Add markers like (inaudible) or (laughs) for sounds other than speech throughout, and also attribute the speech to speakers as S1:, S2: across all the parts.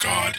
S1: God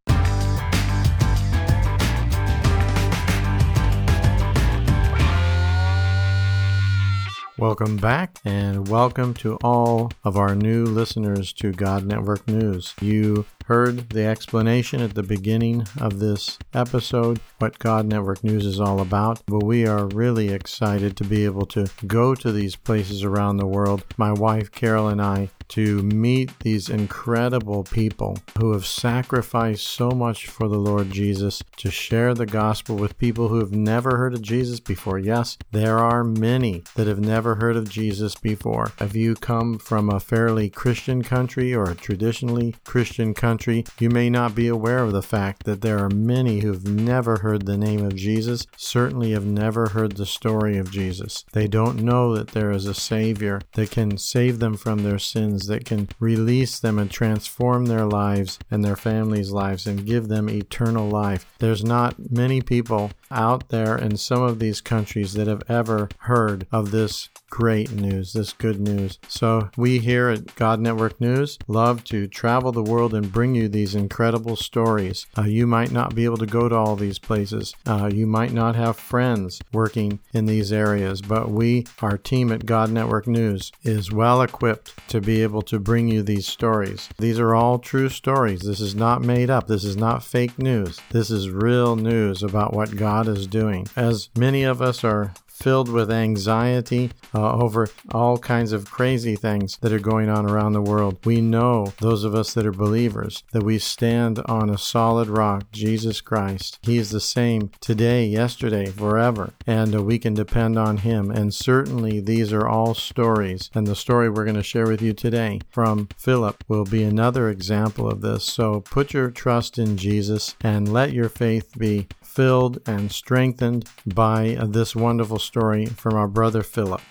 S2: Welcome back, and welcome to all of our new listeners to God Network News. You heard the explanation at the beginning of this episode, what God Network News is all about, but we are really excited to be able to go to these places around the world. My wife, Carol, and I to meet these incredible people who have sacrificed so much for the Lord Jesus, to share the gospel with people who have never heard of Jesus before. Yes, there are many that have never heard of Jesus before. If you come from a fairly Christian country or a traditionally Christian country, you may not be aware of the fact that there are many who've never heard the name of Jesus, certainly have never heard the story of Jesus. They don't know that there is a Savior that can save them from their sins, that can release them and transform their lives and their families' lives and give them eternal life. There's not many people out there in some of these countries that have ever heard of this great news, this good news. So, we here at God Network News love to travel the world and bring you these incredible stories. Uh, you might not be able to go to all these places, uh, you might not have friends working in these areas, but we, our team at God Network News, is well equipped to be able to bring you these stories. These are all true stories. This is not made up, this is not fake news. This is real news about what God is doing. As many of us are filled with anxiety uh, over all kinds of crazy things that are going on around the world. We know, those of us that are believers, that we stand on a solid rock, Jesus Christ. He is the same today, yesterday, forever, and uh, we can depend on Him. And certainly, these are all stories, and the story we're going to share with you today from Philip will be another example of this. So put your trust in Jesus and let your faith be filled and strengthened by uh, this wonderful story from our brother Philip.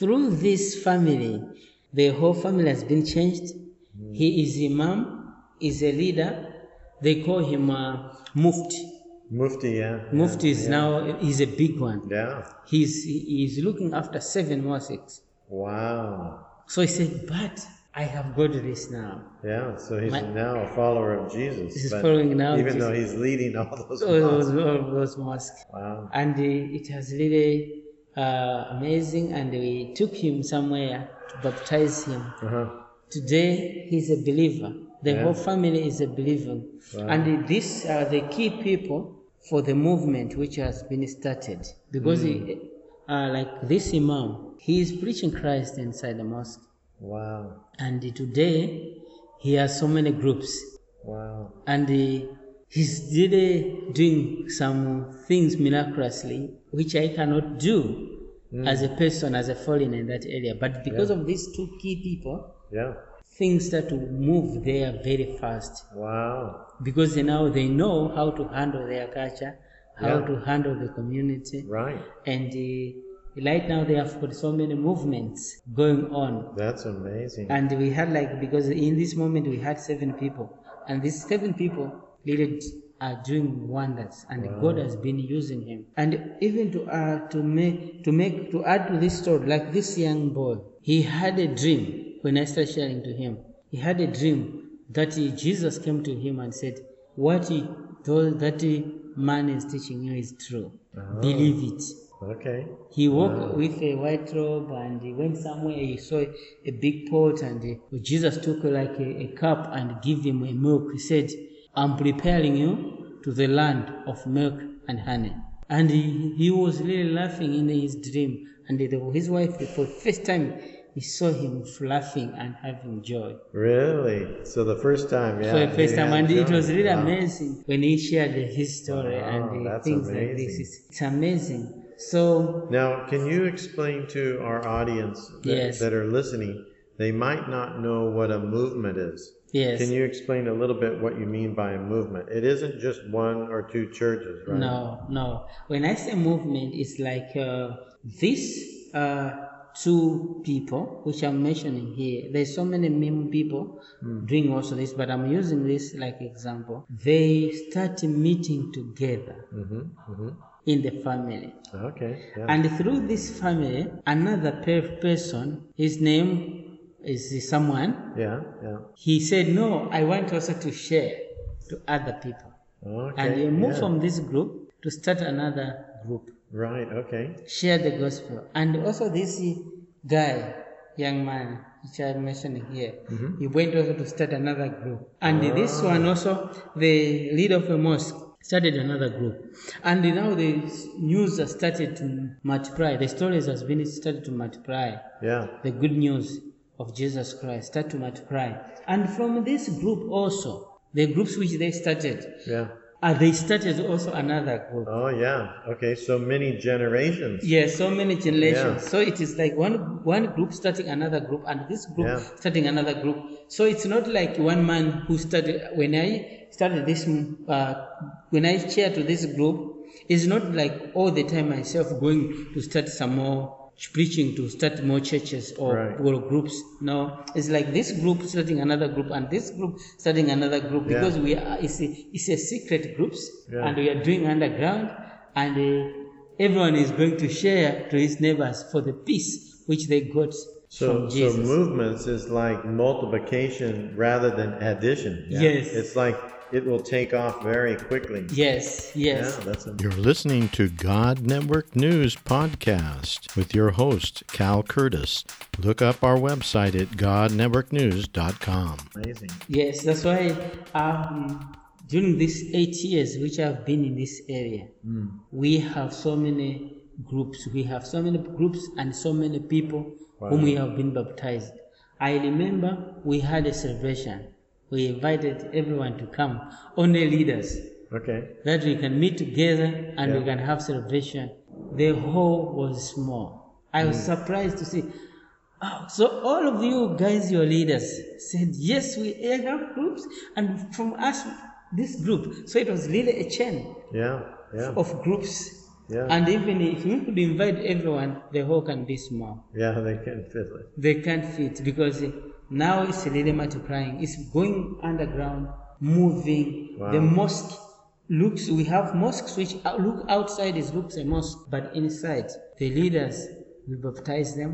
S3: Through this family, the whole family has been changed. He is imam, is a leader. They call him uh, mufti.
S2: Mufti, yeah.
S3: Mufti is now he's a big one.
S2: Yeah.
S3: He's he is looking after seven mosques.
S2: Wow.
S3: So he said, but I have got this now.
S2: Yeah. So he's
S3: My-
S2: now a follower of Jesus.
S3: He's
S2: but
S3: following now
S2: Even though
S3: Jesus.
S2: he's leading all those.
S3: All those,
S2: mosques.
S3: all those mosques.
S2: Wow.
S3: And uh, it was really uh, amazing. And we took him somewhere to baptize him.
S2: Uh-huh.
S3: Today, he's a believer. The
S2: Yeah.
S3: whole family is a believer.
S2: Wow.
S3: And these are the key people for the movement which has been started. Because,
S2: Hmm.
S3: he, uh, like this Imam, he is preaching Christ inside the mosque.
S2: Wow.
S3: And today, he has so many groups.
S2: Wow.
S3: And uh, he's really doing some things miraculously, which I cannot do
S2: Hmm.
S3: as a person, as a foreigner in that area. But because of these two key people,
S2: Yeah.
S3: things start to move there very fast
S2: Wow.
S3: because now they know how to handle their culture, how
S2: Yeah.
S3: to handle the community,
S2: Right.
S3: and uh, right now they have got so many movements going on.
S2: That's amazing.
S3: And we had like because in this moment we had seven people, and these seven people really d- are doing wonders and God has been using him. And even to uh, to make to make to add to this story, like this young boy, he had a dream when I started sharing to him. He had a dream that he, Jesus came to him and said, What he told that man is teaching you is true. Believe it.
S2: Okay.
S3: He walked with a white robe and he went somewhere. He saw a big pot and uh, Jesus took like a, a cup and gave him a milk. He said, I'm preparing you to the land of milk and honey. And he, he was really laughing in his dream. And the, his wife, for the first time, he saw him laughing and having joy.
S2: Really? So the first time, yeah.
S3: for the first
S2: you
S3: time,
S2: had
S3: and it
S2: John.
S3: was really
S2: Wow.
S3: amazing when he shared his story
S2: Wow,
S3: and uh,
S2: that's
S3: things like this.
S2: amazing.
S3: It's, it's amazing. So
S2: Now, can you explain to our audience that,
S3: Yes.
S2: that are listening? They might not know what a movement is.
S3: Yes.
S2: Can you explain a little bit what you mean by a movement? It isn't just one or two churches, right?
S3: No, no. When I say movement, it's like uh, these uh, two people, which I'm mentioning here. There's so many meme people
S2: Hmm.
S3: doing also this, but I'm using this like example. They start meeting together in the family.
S2: Mm-hmm, Okay. Yeah.
S3: And through this family, another per- person, his name is someone,
S2: yeah. Yeah.
S3: he said, No, I want also to share to other people.
S2: Okay.
S3: And you move
S2: yeah.
S3: from this group to start another group,
S2: Right. Okay.
S3: share the gospel. And also, this guy, young man, which I mentioned here, he went also to start another group. And this one also, the leader of a mosque, started another group. And now the news has started to multiply, the stories has been started to multiply
S2: Yeah.
S3: the good news of Jesus Christ, start to multiply. And from this group also, the groups which they started,
S2: Yeah.
S3: uh, they started also another group.
S2: Oh, yeah. Okay. So many generations.
S3: Yeah, so many generations.
S2: Yeah.
S3: So it is like one one group starting another group, and this group
S2: Yeah.
S3: starting another group. So it's not like one man who started. When I started this, uh, when I chair to this group, it's not like all the time myself going to start some more preaching to start more churches or,
S2: Right.
S3: or groups. No, it's like this group starting another group and this group starting another group
S2: Yeah.
S3: because we are it's a, it's a secret groups
S2: Yeah.
S3: and we are doing underground and uh, everyone is going to share to his neighbors for the peace which they got
S2: So,
S3: from
S2: so
S3: Jesus.
S2: movements is like multiplication rather than addition.
S3: Yes.
S2: It's like it will take off very quickly.
S3: yes, yes.
S2: Yeah, that's a-
S4: You're listening to God Network News Podcast with your host, Cal Curtis. Look up our website at godnetworknews.com.
S2: amazing.
S3: Yes, that's why um, during these eight years which I've been in this area, we have so many groups. We have so many groups and so many people whom we have been baptized. I remember we had a celebration. We invited everyone to come, only leaders,
S2: Okay.
S3: that we can meet together and we can have celebration. The hall was small. I was
S2: Mm.
S3: surprised to see. Oh, so all of you guys, your leaders, said yes. We have groups, and from us, this group. So it was really a chain
S2: Yeah. Yeah.
S3: of groups.
S2: Yeah.
S3: And even if we could invite everyone, the hall can be small.
S2: Yeah, they can feel it.
S3: They can't fit because now it's really multiplying. It's going underground, moving.
S2: Wow.
S3: The mosque looks. We have mosques which out- look outside is looks a mosque, but inside the leaders we baptize them.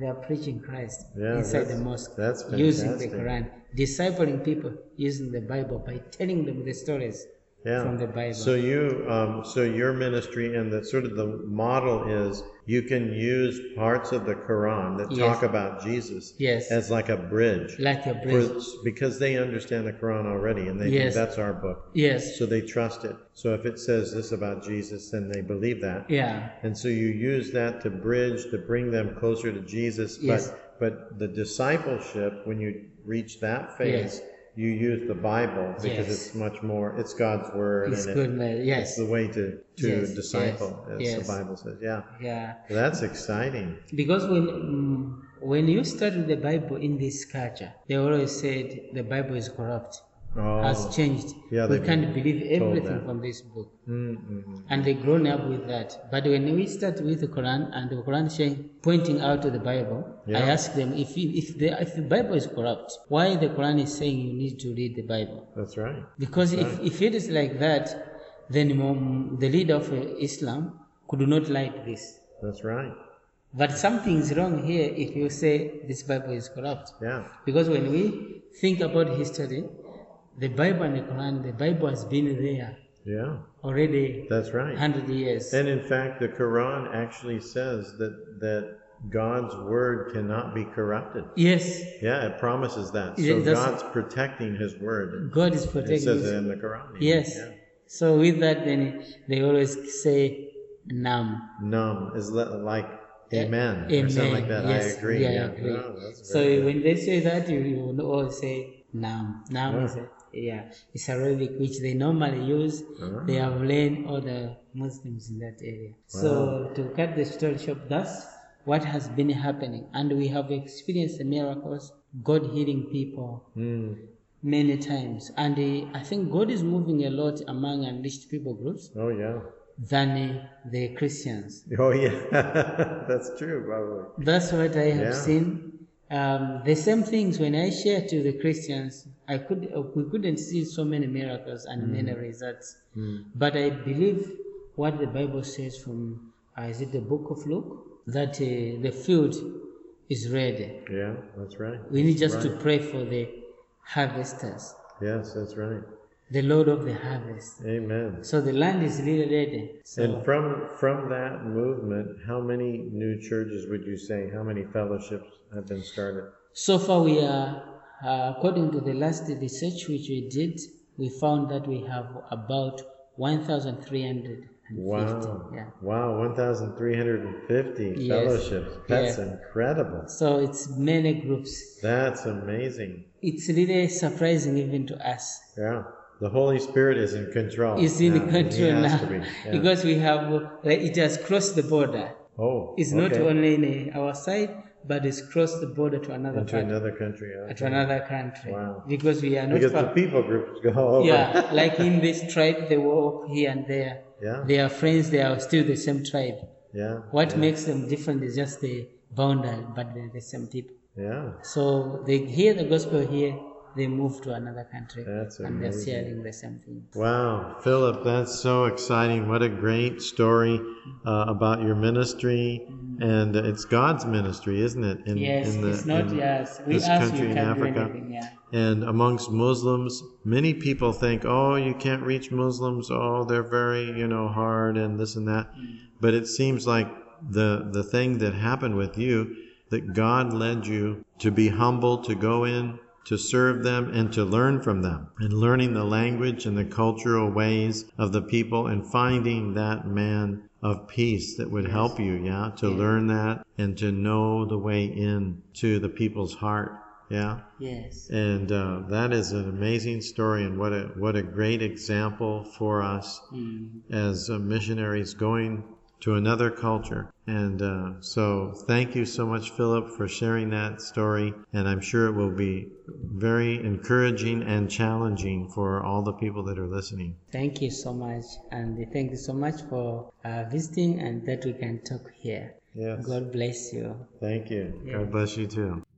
S3: They are preaching Christ
S2: Yeah,
S3: inside the
S2: that's-
S3: mosque,
S2: that's
S3: using the
S2: fantastic.
S3: Quran, discipling people using the Bible by telling them the stories
S2: Yeah.
S3: from the Bible.
S2: So you, um, so your ministry and the sort of the model is you can use parts of the Quran that
S3: Yes.
S2: talk about Jesus
S3: Yes.
S2: as like a bridge,
S3: like a
S2: for-
S3: bridge.
S2: because they understand the Quran already and they
S3: Yes.
S2: think that's our book,
S3: Yes.
S2: so they trust it. So if it says this about Jesus, then they believe that.
S3: yeah.
S2: And so you use that to bridge, to bring them closer to Jesus.
S3: Yes.
S2: But, but the discipleship, when you reach that phase, you use the Bible because
S3: Yes.
S2: it's much more, it's God's word.
S3: It's
S2: and
S3: good.
S2: It,
S3: man.
S2: It's
S3: Yes.
S2: the way to, to
S3: Yes, yes,
S2: disciple, as
S3: yes.
S2: the Bible says. Yeah.
S3: Yeah.
S2: Well, that's exciting.
S3: Because when mm, when you study the Bible in this culture, they always said the Bible is corrupt.
S2: Oh,
S3: has changed.
S2: Yeah,
S3: we
S2: they've
S3: can't believe everything
S2: that.
S3: from this book.
S2: Mm-hmm.
S3: And they've grown up with that. But when we start with the Quran and the Quran saying, pointing out to the Bible, I
S2: Yeah.
S3: ask them if you, if, the, if the Bible is corrupt, why the Quran is saying you need to read the Bible?
S2: that's right.
S3: Because if, if it is like that, then um, the leader of uh, Islam could not like this.
S2: That's right.
S3: But something is wrong here if you say this Bible is corrupt.
S2: Yeah.
S3: Because when we think about history, the Bible and the Quran, the Bible has been there
S2: Yeah.
S3: already
S2: That's right.
S3: 100 years.
S2: And in fact, the Quran actually says that that God's word cannot be corrupted.
S3: yes,
S2: Yeah, it promises that.
S3: Yeah,
S2: So
S3: that's-
S2: God's protecting His word.
S3: God is
S2: It
S3: protecting
S2: says it
S3: us.
S2: in the Quran. even,
S3: Yes.
S2: yeah.
S3: So with that, then they always say, Nam.
S2: Numb is li- like amen, or something
S3: Amen.
S2: like that.
S3: Yes,
S2: I agree.
S3: Yeah, I agree.
S2: Wow, that's
S3: so
S2: very good.
S3: when they say that, you, you will always say Nam. Nam is a, yeah, it's Arabic, which they normally use. They have learned all the Muslims in that area. So to cut the story short, that's what has been happening, and we have experienced the miracles, God healing people.
S2: Hmm.
S3: Many times, and uh, I think God is moving a lot among unleashed people groups
S2: oh yeah, (laughs)
S3: than uh, the Christians.
S2: oh yeah, (laughs) that's true. Probably.
S3: That's what I have
S2: Yeah.
S3: seen. Um, the same things when I share to the Christians, I could uh, we couldn't see so many miracles
S2: Mm.
S3: and many results. But I believe what the Bible says from uh, is it the book of Luke that uh, the field is ready.
S2: Yeah, that's right.
S3: We need just to pray for the harvesters,
S2: Yes, that's right.
S3: the Lord of the harvest.
S2: Amen.
S3: So the land is really ready. So
S2: And from from that movement, how many new churches would you say? How many fellowships have been started?
S3: So far, we are, uh, according to the last research which we did, we found that we have about 1,350.
S2: Wow!
S3: Yeah.
S2: Wow! One thousand three hundred and fifty
S3: Yes.
S2: fellowships. That's
S3: Yeah.
S2: incredible.
S3: So it's many groups.
S2: That's amazing.
S3: It's really surprising even to us.
S2: Yeah. The Holy Spirit is in control.
S3: It's in
S2: now.
S3: the
S2: He
S3: control
S2: has
S3: now (laughs)
S2: to be. Yeah.
S3: because we have, like, it has crossed the border.
S2: oh,
S3: It's not
S2: okay.
S3: only in uh, our side, but it's crossed the border to another
S2: into
S3: country.
S2: another country. okay.
S3: to another country.
S2: Wow.
S3: Because we are not
S2: because
S3: far-
S2: the people groups go all over. (laughs)
S3: Yeah, like in this tribe, they walk here and there.
S2: Yeah.
S3: They are friends, they are still the same tribe.
S2: Yeah.
S3: What makes them different is just the boundary, but they're the same people.
S2: Yeah.
S3: So they hear the gospel here, they move to another country,
S2: That's
S3: and they're
S2: amazing.
S3: sharing the same thing.
S2: Wow, Philip, that's so exciting. What a great story uh, about your ministry. And it's God's ministry, isn't it? In,
S3: Yes,
S2: in the-
S3: it's not
S2: in
S3: yes. We
S2: this
S3: ask
S2: country
S3: you
S2: in
S3: can't do
S2: Africa.
S3: anything. Yeah.
S2: And amongst Muslims, many people think, oh, you can't reach Muslims. Oh, they're very, you know, hard and this and that. But it seems like the, the thing that happened with you, that God led you to be humble, to go in, to serve them, and to learn from them. And learning the language and the cultural ways of the people and finding that man of peace that would help you, yeah, to learn that and to know the way in to the people's heart. Yeah.
S3: Yes.
S2: And uh, that is an amazing story, and what a what a great example for us as uh, missionaries going to another culture. And uh, so, thank you so much, Philip, for sharing that story. And I'm sure it will be very encouraging and challenging for all the people that are listening.
S3: Thank you so much, and thank you so much for uh, visiting and that we can talk here.
S2: Yes.
S3: God bless you.
S2: Thank you. God bless you too.